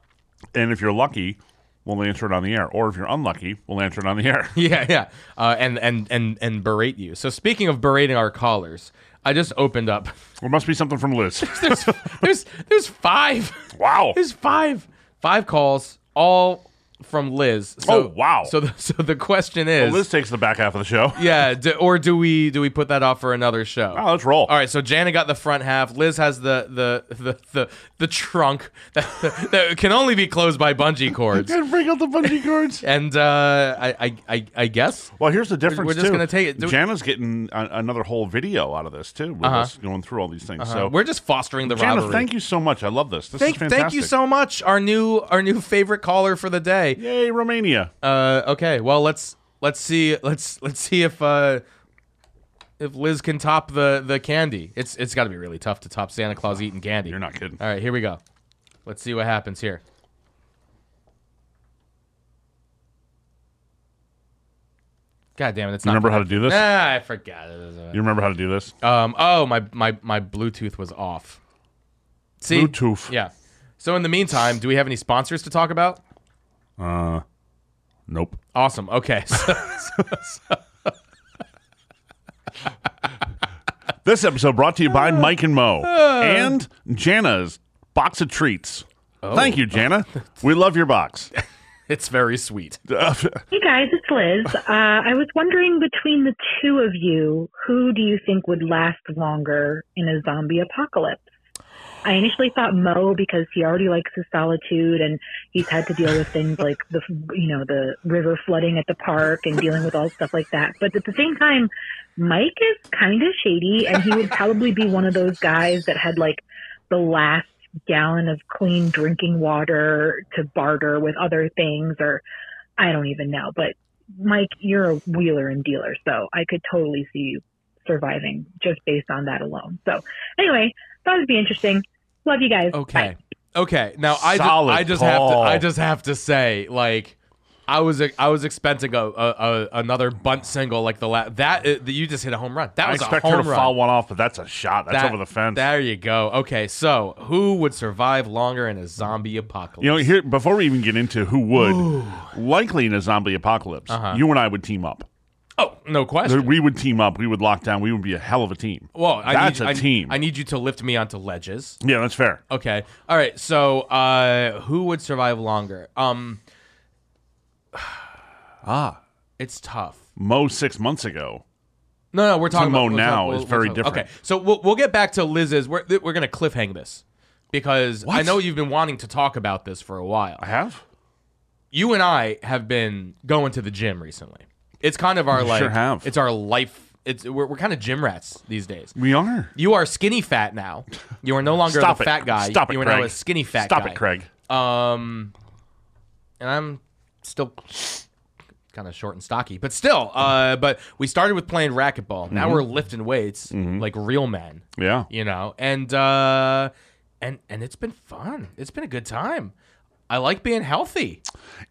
And if you're lucky, we'll answer it on the air. Or if you're unlucky, we'll answer it on the air.
[laughs] Yeah, yeah. Uh, and and and and berate you. So speaking of berating our callers, I just opened up. [laughs]
There must be something from Liz.
There's there's there's five.
Wow.
There's five five calls, all from Liz. So,
Oh, wow. Oh,
So the, so the question is,
Liz takes the back half of the show.
yeah, do, or do we do we put that off for another show?
Oh, let's roll.
All right, so Jana got the front half. Liz has the the the the, the trunk [laughs] that, that can only be closed by bungee cords.
Gotta bring out
[laughs]
the bungee cords.
And uh, I, I I I guess
Well, here's the difference.
We're just
too.
gonna take it- Uh-huh. do-
Jana's getting a, another whole video out of this too, with us going through all these things.
uh,
So,
we're just fostering the
Jana,
rivalry.
thank you so much. I love this. This
Thank,
is fantastic.
thank you so much, our new our new favorite caller for the day.
Yay, Romania!
Uh, okay, well let's let's see let's let's see if uh, if Liz can top the the candy. It's it's got to be really tough to top Santa Claus eating candy.
You're not kidding.
All right, here we go. Let's see what happens here. God damn it! It's
You
not.
remember how to do this?
Ah, I forgot. It was, uh,
You remember how to do this?
Um. Oh, my my my Bluetooth was off. See.
Bluetooth.
Yeah. So in the meantime, do we have any sponsors to talk about?
Nope.
Awesome. Okay. [laughs] So,
This episode brought to you by
Uh,
Mike and Mo and Jana's box of treats.
Oh.
Thank
[laughs]
you, Jana. We love your box.
it's very sweet.
Hey guys, it's Liz. Uh, I was wondering between the two of you, who do you think would last longer in a zombie apocalypse? I initially thought Mo because he already likes his solitude and he's had to deal with things like the you know the river flooding at the park and dealing with all stuff like that. But at the same time, Mike is kind of shady and he would probably be one of those guys that had like the last gallon of clean drinking water to barter with other things or I don't even know. But Mike, you're a wheeler and dealer, so I could totally see you surviving just based on that alone. So anyway, thought it'd be interesting. Love you guys. Bye.
Okay. Okay. Now I just,
Solid
I just have to
call.
I just have to say like I was I was expecting a, a, a another bunt single like the la- that uh, you just hit a home run. That
I
was a
expect
home
her to
run.
foul one off, but that's a shot. That's
That-
over the fence.
There you go. Okay, so who would survive longer in a zombie apocalypse?
you know, here before we even get into who would, likely in a zombie apocalypse,
Uh-huh.
you and I would team up.
oh, no
Th-
question.
We would team up. We would lock down. We would be a hell of a team.
Well, I
that's
need,
a
I-
team.
I need you to lift me onto ledges.
yeah, that's fair.
Okay. All right. So, uh, who would survive longer? Um, [sighs]
Ah,
it's tough.
Mo six months ago.
No, no, we're talking
Sumo
about
now
we'll-
is
we'll
very
talk-
different.
Okay, so we'll, we'll get back to Liz's. We're th- we're gonna cliffhang this because I
What?
know you've been wanting to talk about this for a while.
I have.
You and I have been going to the gym recently. It's kind of our like
sure have.
it's our life. It's we're, we're kind of gym rats these days.
We are.
You are skinny fat now. You
[laughs]
are no longer
Stop
the
it.
fat guy.
Stop it,
You are now
Craig.
a skinny fat
Stop
guy.
it, Craig.
Um, and I'm still kind of short and stocky, but still. Uh, but we started with playing racquetball.
Mm-hmm.
Now we're lifting weights like real men,
Yeah.
you know. And uh, and and it's been fun. It's been a good time. I like being healthy.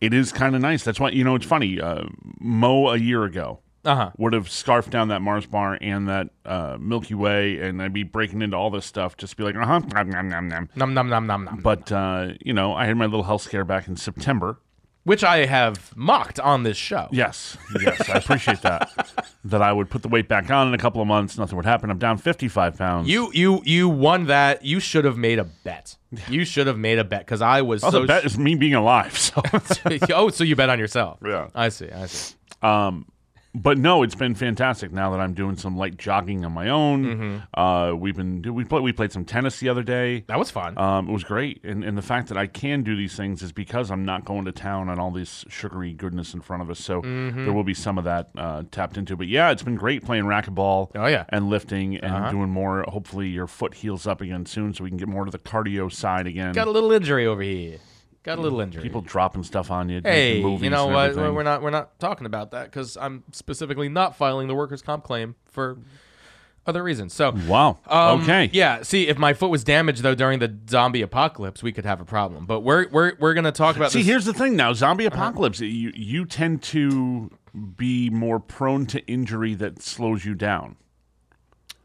It is kind of nice. That's why you know it's funny. Uh, Mo a year ago
Uh huh.
would have scarfed down that Mars bar and that uh, Milky Way, and I'd be breaking into all this stuff. Just be like, uh huh, nom nom nom nom.
Num num num num num.
But uh, you know, I had my little health scare back in September.
Which I have mocked on this show.
Yes, yes, I appreciate that. [laughs] That I would put the weight back on in a couple of months. Nothing would happen. I'm down 55 pounds.
You you you won that. You should have made a bet. You should have made a bet because I was
also
so.
that is me being alive. [laughs] So,
oh, [laughs] so you bet on yourself.
Yeah.
I see. I see.
but no, it's been fantastic. Now that I'm doing some light jogging on my own,
Mm-hmm.
uh, we've been do- we played we played some tennis the other day.
That was fun.
Um, it was great, and and the fact that I can do these things is because I'm not going to town on all this sugary goodness in front of us. So
Mm-hmm.
there will be some of that uh, tapped into. But yeah, it's been great playing racquetball.
Oh, yeah. Uh-huh.
and lifting and doing more. Hopefully, your foot heals up again soon, so we can get more to the cardio side again.
Got a little injury over here. Got a little injury.
People dropping stuff on you.
hey,
making movies
you know
and
what?
everything.
We're not we're not talking about that because I'm specifically not filing the workers' comp claim for other reasons. So
Wow.
Um,
okay.
Yeah. See, if my foot was damaged though during the zombie apocalypse, we could have a problem. But we're we're we're gonna talk about.
See,
this. Uh-huh.
here's the thing. Now, zombie apocalypse, you you tend to be more prone to injury that slows you down,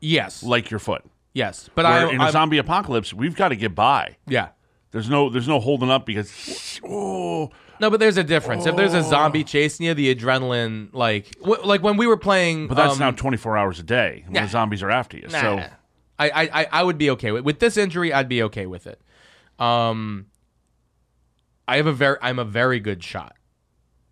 Yes.
like your foot.
yes. But
Where
I.
in a
I-
zombie apocalypse, we've got to get by.
yeah.
There's no there's no holding up because oh
No, but there's a difference. If there's a zombie chasing you, the adrenaline, like, w- like when we were playing.
but that's
um,
now 24 hours a day when
nah.
the zombies are after you. So
Nah. I, I, I- I would be okay with with this injury. I'd be okay with it. Um, I have a very I'm a very good shot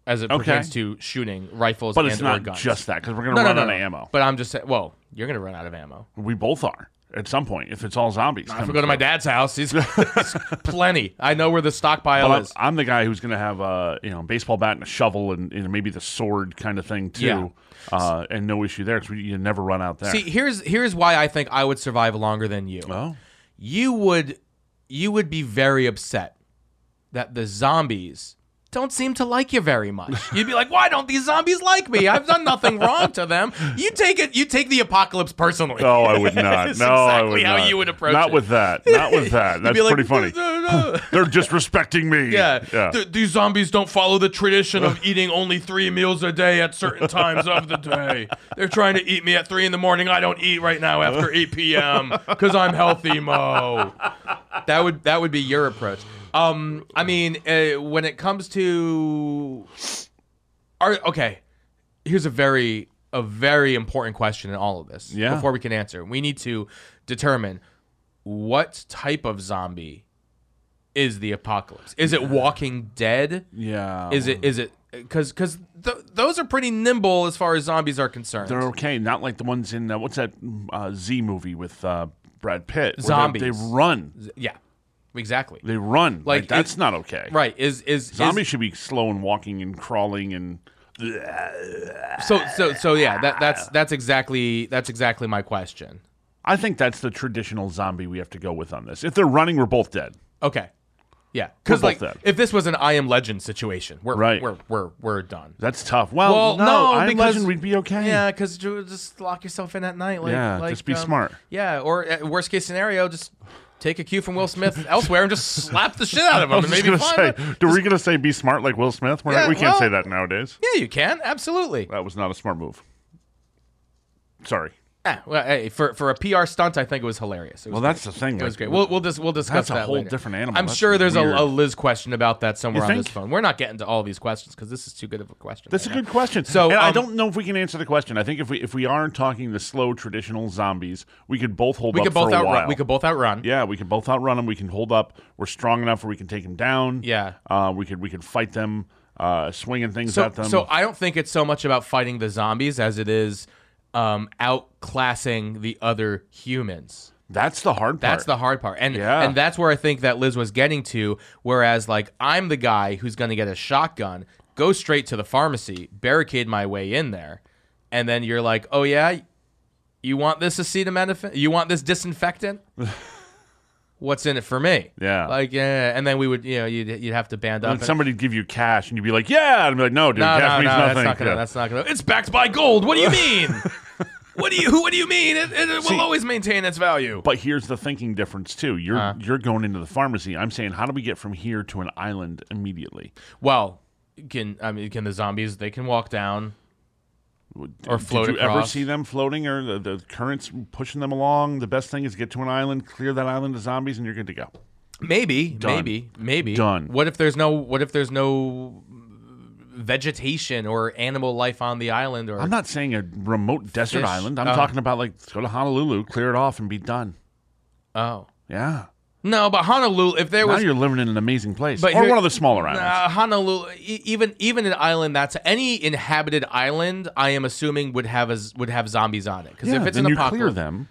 as it
Okay.
pertains to shooting rifles.
but
and
it's
or
not
guns.
just that because we're gonna
no, no,
run
no,
out
no.
of ammo.
But I'm just saying. Well, you're gonna run out of ammo.
we both are at some point if it's all zombies.
If we
coming
go to my
through.
dad's house,
[laughs]
he's, he's plenty. I know where the stockpile
But I'm,
is.
I'm the guy who's going to have a you know baseball bat and a shovel and, and maybe the sword kind of thing too,
Yeah.
uh, and no issue there because you never run out there.
See, here's here's why I think I would survive longer than you.
oh,
you would you would be very upset that the zombies don't seem to like you very much.
[laughs]
You'd be like, "Why don't these zombies like me? I've done nothing wrong to them." You take it. You take the apocalypse personally.
no,
[laughs]
I would not.
It's
no, I
exactly
would
how
not.
you would approach
Not
it.
with that. Not with
[laughs]
that.
You'd
That's
be like,
pretty funny.
"No, no, no."
They're disrespecting me.
Yeah, "Th- these zombies don't follow the tradition of eating only three meals a day at certain times of the day. They're trying to eat me at three in the morning. I don't eat right now after eight p.m. because I'm healthy, Mo. That would that would be your approach. Um, I mean, uh, when it comes to, are okay. Here's a very a very important question in all of this.
Yeah.
Before we can answer, we need to determine what type of zombie is the apocalypse. Is it Walking Dead?
yeah.
Is it is it because because th- those are pretty nimble as far as zombies are concerned.
They're okay. Not like the ones in uh, what's that uh, Z movie with uh, Brad Pitt? where they-
Zombies.
They run.
yeah, exactly.
They run. Like,
Like,
that's
it-
not okay.
Right is is
Zombies
is,
should be slow and walking and crawling and.
so so so yeah that that's that's exactly that's exactly my question.
I think that's the traditional zombie we have to go with on this. If they're running, we're both dead.
Okay, yeah,
We're
because
both
like
dead.
if this was an I am Legend situation, we're
Right.
we're we're we're done.
That's tough. Well,
Well,
no,
no,
I
because-
imagine we'd be okay.
Yeah, because just lock yourself in at night. Like,
Yeah,
like, um,
just be smart.
Yeah, or uh, worst case scenario, just take a cue from Will Smith [laughs] elsewhere and just slap the shit out of
[laughs] I
him
was
and
just
maybe
gonna say,
find
do we gonna say be smart like Will Smith? We're not-
Yeah,
we can't
well-
say that nowadays.
Yeah, you can absolutely.
That was not a smart move. Sorry.
Yeah, well, hey, for for a PR stunt, I think it was hilarious. It was
Well,
great.
that's the thing.
it was great. We'll we'll, dis- we'll discuss
That's a
that
whole
later.
different animal.
I'm
That's
sure there's a,
weird.
a Liz question about that somewhere
You
on this
think?
phone. We're not getting to all these questions because this is too good of a question.
that's a
right
good question.
So,
and I
um,
don't know if we can answer the question. I think if we if we are talking the slow traditional zombies, we could both hold
now. we could
up
both
for a
outrun.
while.
We could both outrun.
yeah, we can both outrun them. We can hold up. We're strong enough where we can take them down.
Yeah.
uh, we could we could fight them, uh, swinging things
So
at them.
so I don't think it's so much about fighting the zombies as it is um, outclassing the other humans.
that's the hard part.
That's the hard part. And
Yeah.
and that's where I think that Liz was getting to. Whereas like I'm the guy who's gonna get a shotgun, go straight to the pharmacy, barricade my way in there, and then you're like, Oh yeah, you want this acetaminophen? You want this
[laughs]
disinfectant? What's in it for me?
Yeah.
Like yeah, and then we would you know you'd, you'd have to band up.
And somebody'd give you cash, and you'd be like, "Yeah," and I'd be like, "No, dude,
no,
cash
no, no,
means
that's
nothing."
not gonna.
Yeah.
That's not gonna. It's backed by gold. What do you
[laughs]
mean? what do you What do you mean? It, it, will
See-
always maintain its value.
But here's the thinking difference too. You're
Uh-huh.
you're going into the pharmacy. I'm saying, how do we get from here to an island immediately?
Well, can I mean can the zombies? They can walk down. Or float
Did you ever
across.
see them floating, or the, the currents pushing them along? The best thing is get to an island, clear that island of zombies, and you're good to go.
Maybe, maybe, maybe.
Done.
What if there's no? What if there's no vegetation or animal life on the island? Or
I'm not saying a remote desert
Fish.
island. I'm
Oh.
talking about like let's go to Honolulu, clear it off, and be done.
oh
Yeah.
no, but Honolulu. If there
Now
was
you're living in an amazing place,
But
or
here-
one of the smaller islands.
Uh, Honolulu, e- even even an island that's any inhabited island, I am assuming would have a, z- would have zombies on it. Because
Yeah,
if it's
then
an
you
apocalypse,
clear them.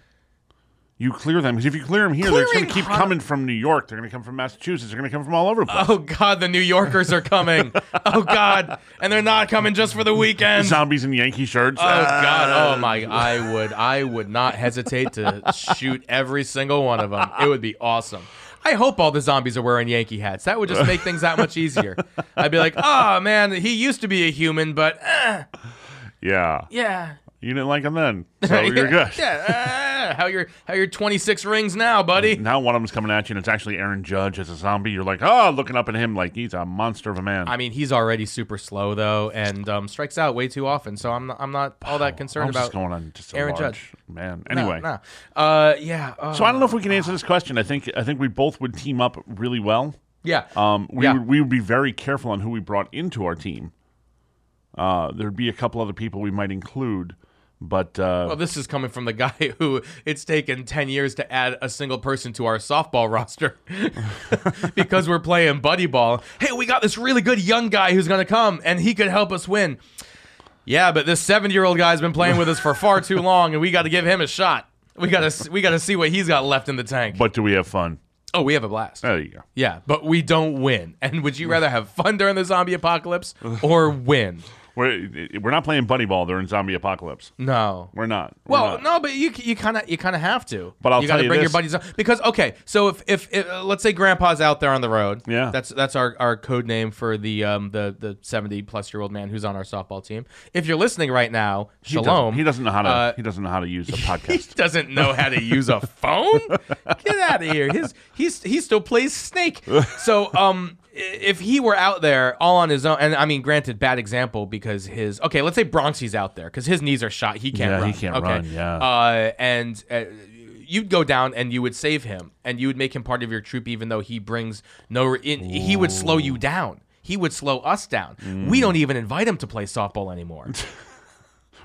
You clear them because if you clear them here, they're going
Clearing
to keep
Hon-
coming from New York. They're going to come from Massachusetts. They're going to come from all over. the place.
Oh God, the New Yorkers are coming. oh God, and they're not coming just for the weekend.
Zombies in Yankee shirts.
Oh God! Oh my! I would, I would not hesitate to shoot every single one of them. It would be awesome. I hope all the zombies are wearing Yankee hats. That would just make things that much easier. I'd be like, oh man, he used to be a human, but eh,
Yeah.
yeah,
You didn't like
[laughs]
him then, so Oh, you're good.
yeah. eh, how your how your twenty six rings now, buddy?
Now one of them's coming at you, and it's actually Aaron Judge as a zombie. You're like, oh, looking up at him like he's a monster of a man.
I mean, he's already super slow though, and um, strikes out way too often. So I'm not, I'm not all that concerned
How's this
about
Oh, going on just a
Aaron
large
Judge.
man.
No,
Anyway,
no. Uh, yeah. uh,
so I don't know if we can answer this question. I think I think we both would team up really well.
yeah.
Um, we
Yeah.
would we would be very careful on who we brought into our team. Uh, there'd be a couple other people we might include, but uh,
Well, this is coming from the [laughs] guy who it's taken 10 years to add a single person to our softball [laughs] roster because we're playing buddy ball. Hey, we got this really good young guy who's going to come and he could help us win. Yeah, but this 70 year old guy's been playing with us for far
[laughs]
too long and we got to give him a shot. We got to we got to see what he's got left in the tank.
but Uh, do we have fun?
oh, we have a blast.
There you go.
yeah, but we don't win. And
[laughs]
would you rather have fun during the zombie apocalypse or win?
We're we're not playing bunny ball during zombie apocalypse.
No.
We're not. We're
Well,
not.
no, but you you kind of you kind of have to.
But I'll
you
tell
gotta
you
bring your
this.
buddies up because okay, so if if, if uh, let's say Grandpa's out there on the road,
Yeah.
that's that's our, our code name for the um the the seventy plus year old man who's on our softball team. If you're listening right now,
He
shalom.
Doesn't, he doesn't know how to.
Uh,
he doesn't know how
[laughs]
to use a
He
podcast.
doesn't know how to use a phone. Get out of here. His he's he still plays Snake. So um. i- If he were out there all on his own, and I mean, granted, bad example because his okay, let's say Bronxy's out there because his knees are shot, he can't
Yeah, he
run.
can't
okay?
run, yeah.
uh, and uh, you'd go down and you would save him, and you would make him part of your troop, even though he brings no. Re- in, he would slow you down. He would slow us down. We
Mm.
don't even invite him to play softball anymore.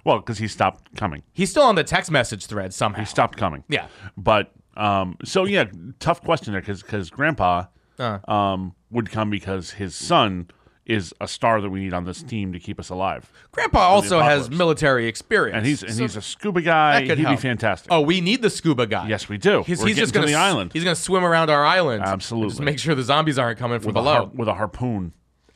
well, because he stopped coming.
He's still on the text message thread somehow.
He stopped coming.
Yeah.
But um, so yeah, tough question there because Grandpa
Uh.
um would come because his son is a star that we need on this team to keep us alive,
Grandpa also has
apocalypse.
military experience,
and he's and
so
he's a scuba
that
guy.
could
He'd
help.
be fantastic.
Oh, we need the scuba guy.
Yes, we do.
He's,
We're
he's just
getting
gonna
to the
s-
island.
He's gonna swim around our island. and Just
Absolutely.
make sure the zombies aren't coming from
with a
below.
har- with a harpoon.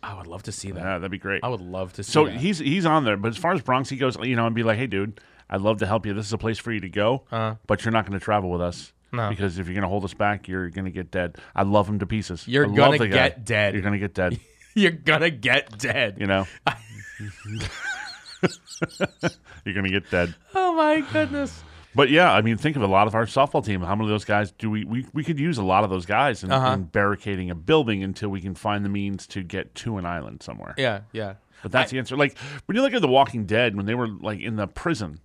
I would love to see that.
Yeah, that'd be great.
I would love to see
So
that.
he's he's on there, but as far as Bronx, he goes, you know, and be like, hey, dude, I'd love to help you. This is a place for you to go,
Uh-huh.
but you're not going to travel with us. Because if you're going to hold us back, you're going to get dead. I love him to pieces.
You're
I love
gonna
the guy.
get dead.
You're going to get dead.
[laughs] You're gonna get dead.
You
[laughs]
know? [laughs] you're going to get dead.
Oh my goodness.
But yeah, I mean, think of a lot of our softball team. How many of those guys do we? We, we could use a lot of those guys in,
Uh-huh.
in barricading a building until we can find the means to get to an island somewhere.
Yeah, yeah.
But that's the answer. Like when you look at The Walking Dead, when they were like in the prison,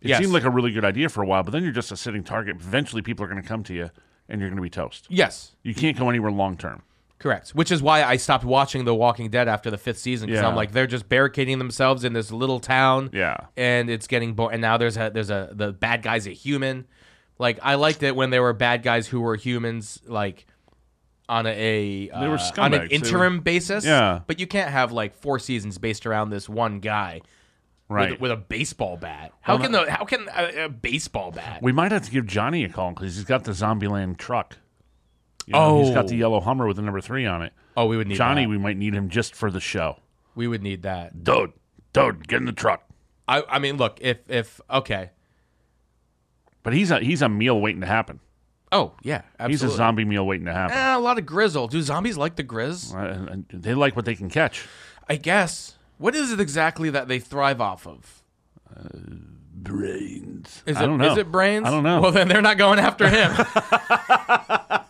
it
Yes.
seemed like a really good idea for a while. But then you're just a sitting target. Eventually, people are going to come to you, and you're going to be toast.
Yes,
You can't go anywhere long term.
correct. Which is why I stopped watching The Walking Dead after the fifth season because
Yeah.
I'm like they're just barricading themselves in this little town.
Yeah.
and it's getting boring. And now there's a there's a the bad guy's a human. Like I liked it when there were bad guys who were humans. Like. On a uh,
They were
on
scumbags.
an
They
interim basis,
Yeah.
But you can't have like four seasons based around this one guy,
Right.
With, with a baseball bat. How can the how can a, a baseball bat?
we might have to give Johnny a call because he's got the Zombieland truck. You he's got
Oh.
the yellow Hummer with the number three on it.
oh, we would need
Johnny,
That.
we might need him just for the show.
We would need that.
Dude, dude, get in the truck.
I, I mean, look, if if okay,
But he's a he's a meal waiting to happen.
oh yeah, absolutely.
He's a zombie meal waiting to happen.
Eh, a lot of grizzle. Do zombies like the grizz?
Uh, and they like what they can catch.
I guess. What is it exactly that they thrive off of?
Brains.
Is it,
I don't know.
Is it brains?
I don't know.
Well, then they're not going after him.
[laughs]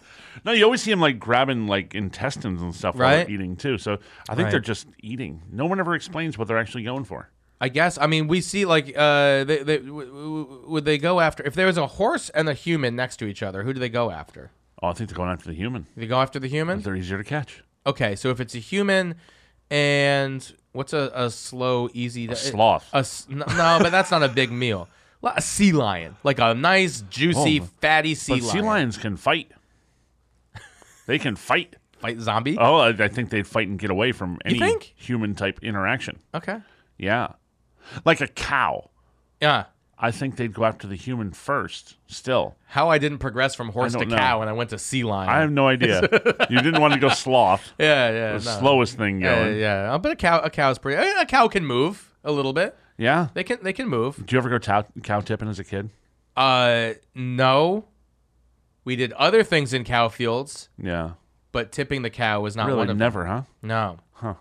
No, you always see them like grabbing like intestines and stuff while
Right.
they're eating too. So I think
Right.
they're just eating. No one ever explains what they're actually going for.
I guess. I mean, we see like uh, they, they w- w- would they go after if there was a horse and a human next to each other? Who do they go after?
Oh, I think they're going after the human.
Do they go after the human?
They're easier to catch.
Okay, so if it's a human and what's a, a slow, easy a
sloth.
A, s- no, no, but that's not a big meal. [laughs] Li- A sea lion, like a nice, juicy,
Oh,
fatty sea
But
lion.
sea lions can fight. they can fight.
fight zombie.
Oh, I, I think they'd fight and get away from any
think?
human type interaction.
Okay,
Yeah, like a cow.
yeah.
I think they'd go after the human first. Still,
How I didn't progress from horse
I
to
don't know.
cow and I went to sea lion.
I have no
[laughs]
idea. you didn't want to go sloth.
yeah, yeah,
The
no.
slowest thing
yeah,
going.
yeah. Uh, But a cow, a cow's pretty. eh, A cow can move a little bit.
yeah.
They can, they can move.
Did you ever go tow- cow tipping as a kid?
Uh, no. We did other things in cow fields,
Yeah.
but tipping the cow was not one
Really,
of
never, huh?
them. No.
Huh.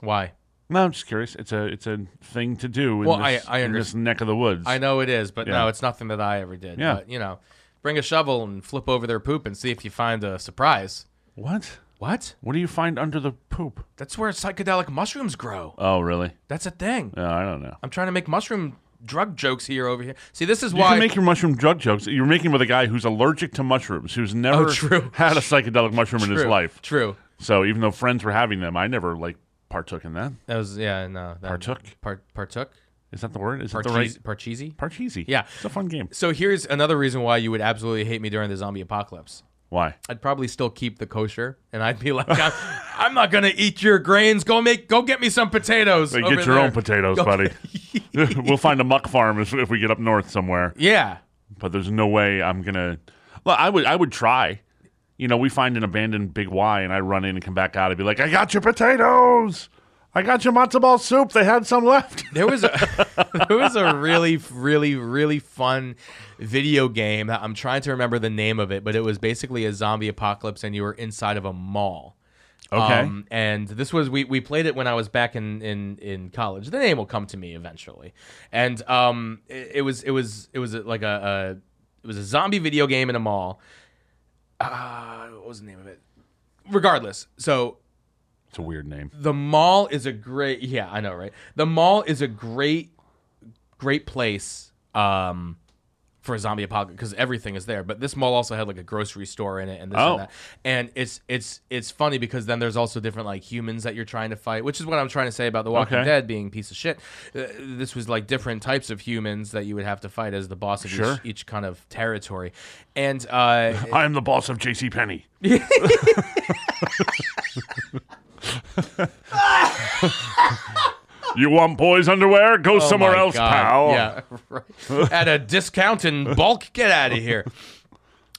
Why?
No, I'm just curious. It's a it's a thing to do. In
Well,
this,
I- I
in this neck of the woods.
I know it is, but
Yeah.
no, it's nothing that I ever did.
Yeah.
But, you know, bring a shovel and flip over their poop and see if you find a surprise.
What?
What?
What do you find under the poop?
That's where psychedelic mushrooms grow.
Oh, really?
That's a thing.
No, Uh, I don't know.
I'm trying to make mushroom drug jokes here over here. See, this is
You
why
can make your mushroom drug jokes. You're making with a guy who's allergic to mushrooms, who's never
Oh, true.
had a psychedelic mushroom in his
True,
life.
True.
So even though friends were having them, I never like partook in that.
That was yeah, no. That,
Partook?
Part partook?
Is that the word? Is that the right
Parcheesi? Parcheesi?
parcheesi?
Yeah.
it's a fun game.
So here's another reason why you would absolutely hate me during the zombie apocalypse.
Why?
I'd probably still keep the kosher, and I'd be [laughs] like, I'm, I'm not gonna eat your grains. Go make, go get me some potatoes.
Hey,
over
get your
there."
own potatoes,
Go-
buddy.
[laughs]
[laughs] we'll find a muck farm if, if we get up north somewhere.
Yeah,
But there's no way I'm gonna. Well, I would. I would try. You know, we find an abandoned Big Y, and I run in and come back out and be like, "I got your potatoes. I got your matzo ball soup. They had some left." [laughs]
there was a [laughs] there was a really really really fun video game. I'm trying to remember the name of it, but it was basically a zombie apocalypse, and you were inside of a mall.
Okay.
Um, and this was we, we played it when I was back in, in in college. The name will come to me eventually. And um, it, it was it was it was like a, a it was a zombie video game in a mall. Uh, what was the name of it? Regardless, so
it's a weird name.
the mall is a great yeah i know right the mall is a great great place um for a zombie apocalypse because everything is there but this mall also had like a grocery store in it and this
Oh.
and that and it's it's it's funny because then there's also different like humans that you're trying to fight which is what i'm trying to say about the walking
Okay.
dead being a piece of shit Uh, this was like different types of humans that you would have to fight as the boss of
Sure.
each, each kind of territory and
[laughs]
uh
I am the boss of J.C.
[laughs]
Penney. you want boys' underwear? Go
Oh
somewhere
my
else,
God.
pal.
Yeah, [laughs] right. At a discount in bulk. Get out of here.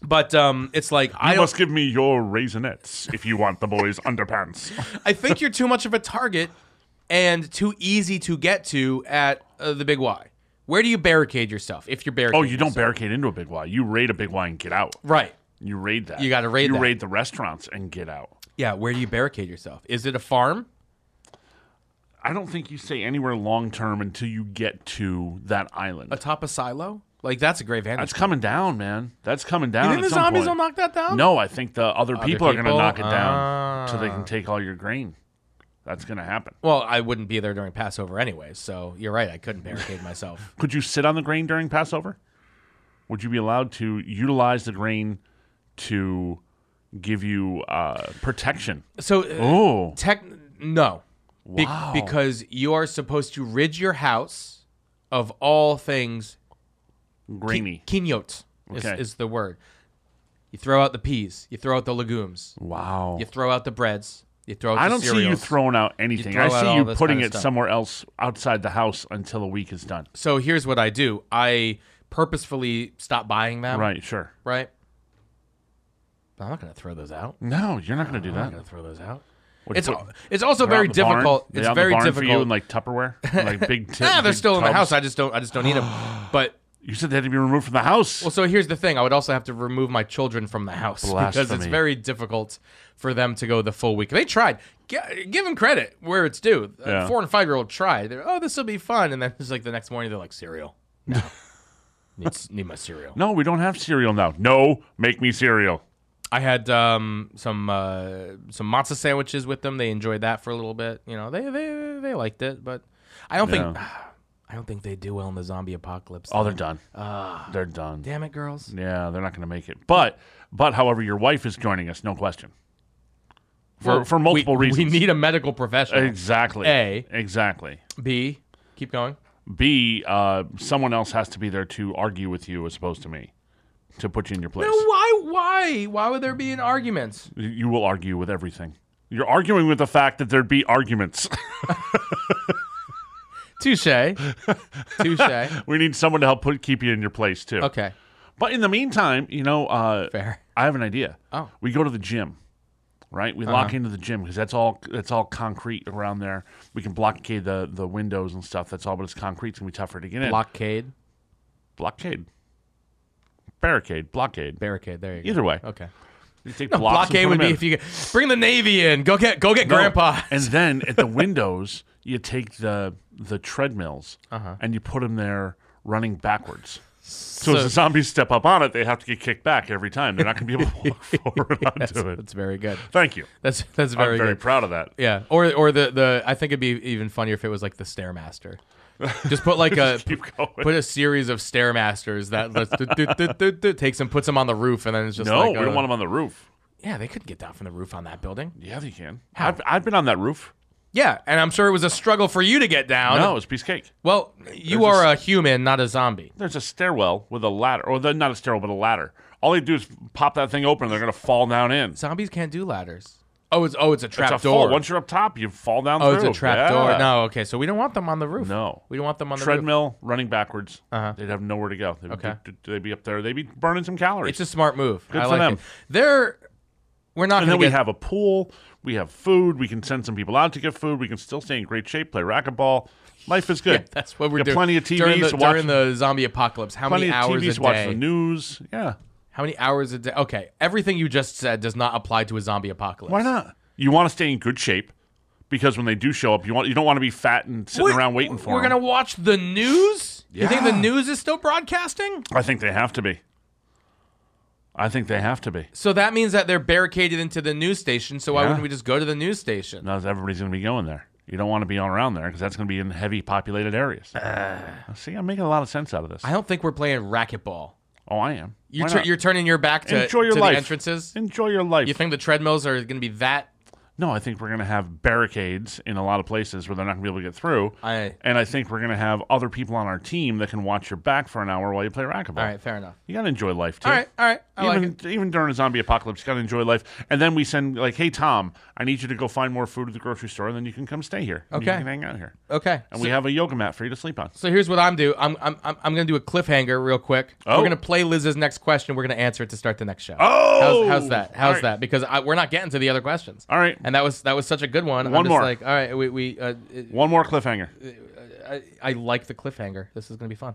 But um, it's like I
You
don't.
must give me your raisinettes if you want the boys' [laughs] underpants.
I think you're too much of a target and too easy to get to at uh, the big Y. Where do you barricade yourself if you're barricading?
Oh, you don't
yourself?
barricade into a big Y. You raid a big Y and get out.
Right.
You raid that.
You gotta raid
You
that.
raid the restaurants and get out.
Yeah. Where do you barricade yourself? Is it a farm?
I don't think you stay anywhere long term until you get to that island.
Atop a silo? Like that's a great vantage.
That's coming down, man. That's coming down.
you think
at
the
some
zombies
point.
will knock that down?
No, I think the other people, are going to
people? Ah.
knock it down so they can take all your grain. That's going to happen.
Well, I wouldn't be there during Passover anyway, so you're right. I couldn't barricade myself.
Could you sit on the grain during Passover? Would you be allowed to utilize the grain to give you uh, protection?
So. uh,
Oh,
Tech, no, Be-
Wow.
because you are supposed to rid your house of all things
grainy.
quinote is,
Okay.
is the word. You throw out the peas, you throw out the legumes,
Wow.
you throw out the breads, you throw out.
I
the
don't see you
cereals.
throwing out anything.
throw
I
out all
see you
this
putting
kinda
it
stuff.
somewhere else outside the house until a week is done.
So here's what I do: I purposefully stop buying them.
Right, sure.
right. I'm not gonna throw those out.
No, you're not going to do
I'm not
that.
gonna throw those out.
What,
It's
put-
it's also
they're out
very
in the barn?
difficult.
They
It's
out in the
very
barn
difficult.
for you in like Tupperware,
[laughs]
In, like big. T-
nah, they're
big
still in the
tubs?
house. I just don't. I just don't need them.
[gasps]
But
You said they had to be removed from the house.
Well, so here's the thing. I would also have to remove my children from the house [laughs] because it's
Blasphemy.
very difficult for them to go the full week. They tried. G- give them credit where it's due. Uh,
Yeah.
Four and five year old tried. They're, oh, this will be fun. And then it's like the next morning, they're like, cereal.
[laughs]
No. need, need my cereal.
No, we don't have cereal now. No, make me cereal.
I had um, some uh, some matzah sandwiches with them. They enjoyed that for a little bit. You know, they they, they liked it, but I don't think [sighs] I don't think they do well in the zombie apocalypse.
Oh, they're done.
Ah.
they're done.
Damn it, girls.
Yeah, they're not going to make it. But, but, however, your wife is joining us, no question. For
Well,
for multiple
we,
reasons.
we need a medical professional.
exactly.
A.
exactly.
B, keep going.
B. Uh, someone else has to be there to argue with you, as opposed to me, to put you in your place.
why? Why? Why would there be an argument?
You will argue with everything. You're arguing with the fact that there'd be arguments. [laughs]
Touche. Touche.
we need someone to help put keep you in your place too.
Okay.
But in the meantime, you know, uh,
Fair.
I have an idea.
Oh.
we go to the gym, right? We
Uh-huh.
lock into the gym because that's all that's all concrete around there. We can blockade the the windows and stuff. That's all, but it's concrete. It's gonna be tougher to get in.
Blockade.
blockade. barricade, blockade.
Barricade. There you go.
Either way.
Okay.
You take
No,
blocks and
blockade
put
would
'em
be
in.
if you get, bring the navy in. Go get go get
No.
grandpa.
And then at the windows, you take the the treadmills
Uh-huh.
and you put them there running backwards. So, as
So-
the zombies step up on it, they have to get kicked back every time. They're not going to
[laughs]
be able to walk forward onto
[laughs]
it.
That's very good.
Thank you.
That's that's very,
I'm very
good.
proud of that.
yeah. Or or the the I think it'd be even funnier if it was like the
[laughs]
stairmaster. Just put like a
keep going.
put a series of stairmasters that let's do, do, do, do, do, takes them, puts them on the roof, and then it's just
No,
like
we don't
uh,
want them on the roof.
Yeah, they couldn't get down from the roof on that building.
Yeah, they can. I've, I've been on that roof.
Yeah, and I'm sure it was a struggle for you to get down.
No, it's piece of cake.
Well, you are a human, not a zombie.
There's a stairwell with a ladder, or the, not a stairwell, but a ladder. All they do is pop that thing open, and they're going to fall down in.
Zombies can't do ladders. Oh, it's oh, it's a trap
It's a fall.
door.
Once you're up top, you fall down
oh,
through.
it's a trap
Yeah.
door. No, okay. So we don't want them on the roof.
No.
we don't want them on the Roof.
treadmill running backwards. They'd have nowhere to go. They'd,
Uh-huh. Okay.
d- d- they'd be up there. They'd be burning some calories.
It's a smart move. I
for
like
them.
it. They're we're not
and
going
then
to
we
get [laughs]
have a pool. We have food. We can send some people out to get food. We can still stay in great shape. Play racquetball. Life is good.
[laughs] that's what we're
Got
doing.
Plenty of TVs
during the,
to watch.
during the zombie apocalypse. How
plenty
many
of
hours
TVs
a
to watch
day?
the news. Yeah.
How many hours a day? Okay, everything you just said does not apply to a zombie apocalypse.
Why not? You want to stay in good shape because when they do show up, you want you don't want to be fat and sitting
What-
around waiting for
We're
them.
gonna watch the news. You think the
Yeah.
news is still broadcasting?
I think they have to be. I think they have to be.
So that means that they're barricaded into the news station. So why
Yeah.
wouldn't we just go to the news station?
Not everybody's going to be going there. You don't want to be all around there because that's going to be in heavy populated areas. See, I'm making a lot of sense out of this.
Uh. I don't think we're playing racquetball.
oh, I am.
You
Why
tur-
not?
you're turning your back to,
enjoy your
to
life.
the entrances.
Enjoy your life.
You think the treadmills are going to be that?
no, I think we're going to have barricades in a lot of places where they're not going to be able to get through.
I-
and I think we're going to have other people on our team that can watch your back for an hour while you play racquetball.
All right, fair enough.
You got to enjoy life too.
All right, all right. I like
even,
it.
even during a zombie apocalypse, you got to enjoy life. And then we send like, "Hey Tom, I need you to go find more food at the grocery store, and then you can come stay here. and you
Okay. Uh,
can hang out here,
Okay.
and we have a yoga mat for you to sleep on."
So here's what I'm do. I'm I'm I'm, I'm going to do a cliffhanger real quick.
Oh.
We're going to play Liz's next question. We're going to answer it to start the next show.
Oh!
how's, how's that?
All
How's
right.
that? Because I, we're not getting to the other questions.
All right.
And that was that was such a good one. I'm
One
just
more.
Like all right, we we uh, it-
One more cliffhanger.
I, I like the cliffhanger. This is going to be fun.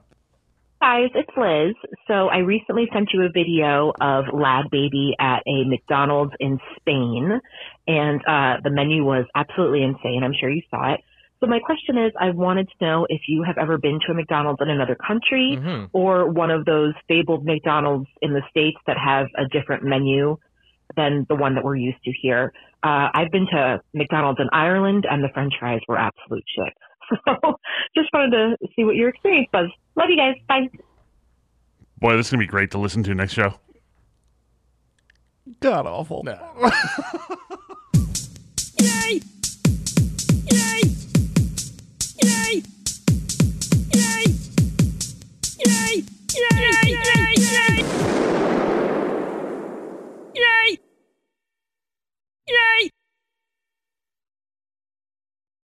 guys, it's Liz. So I recently sent you a video of Lad Baby at a McDonald's in Spain, and uh, the menu was absolutely insane. I'm sure you saw it. So my question is, I wanted to know if you have ever been to a McDonald's in another country or one of those fabled McDonald's in the States that have a different menu than the one that we're used to here. Uh, I've been to McDonald's in Ireland, and the French fries were absolute shit. [laughs] So just wanted to see what your experience was. Love you guys. Bye.
Boy, this is gonna be great to listen to next show. God awful.
Yay! Yay! Yay! Yay! Yay! Yay! Yay! Yay!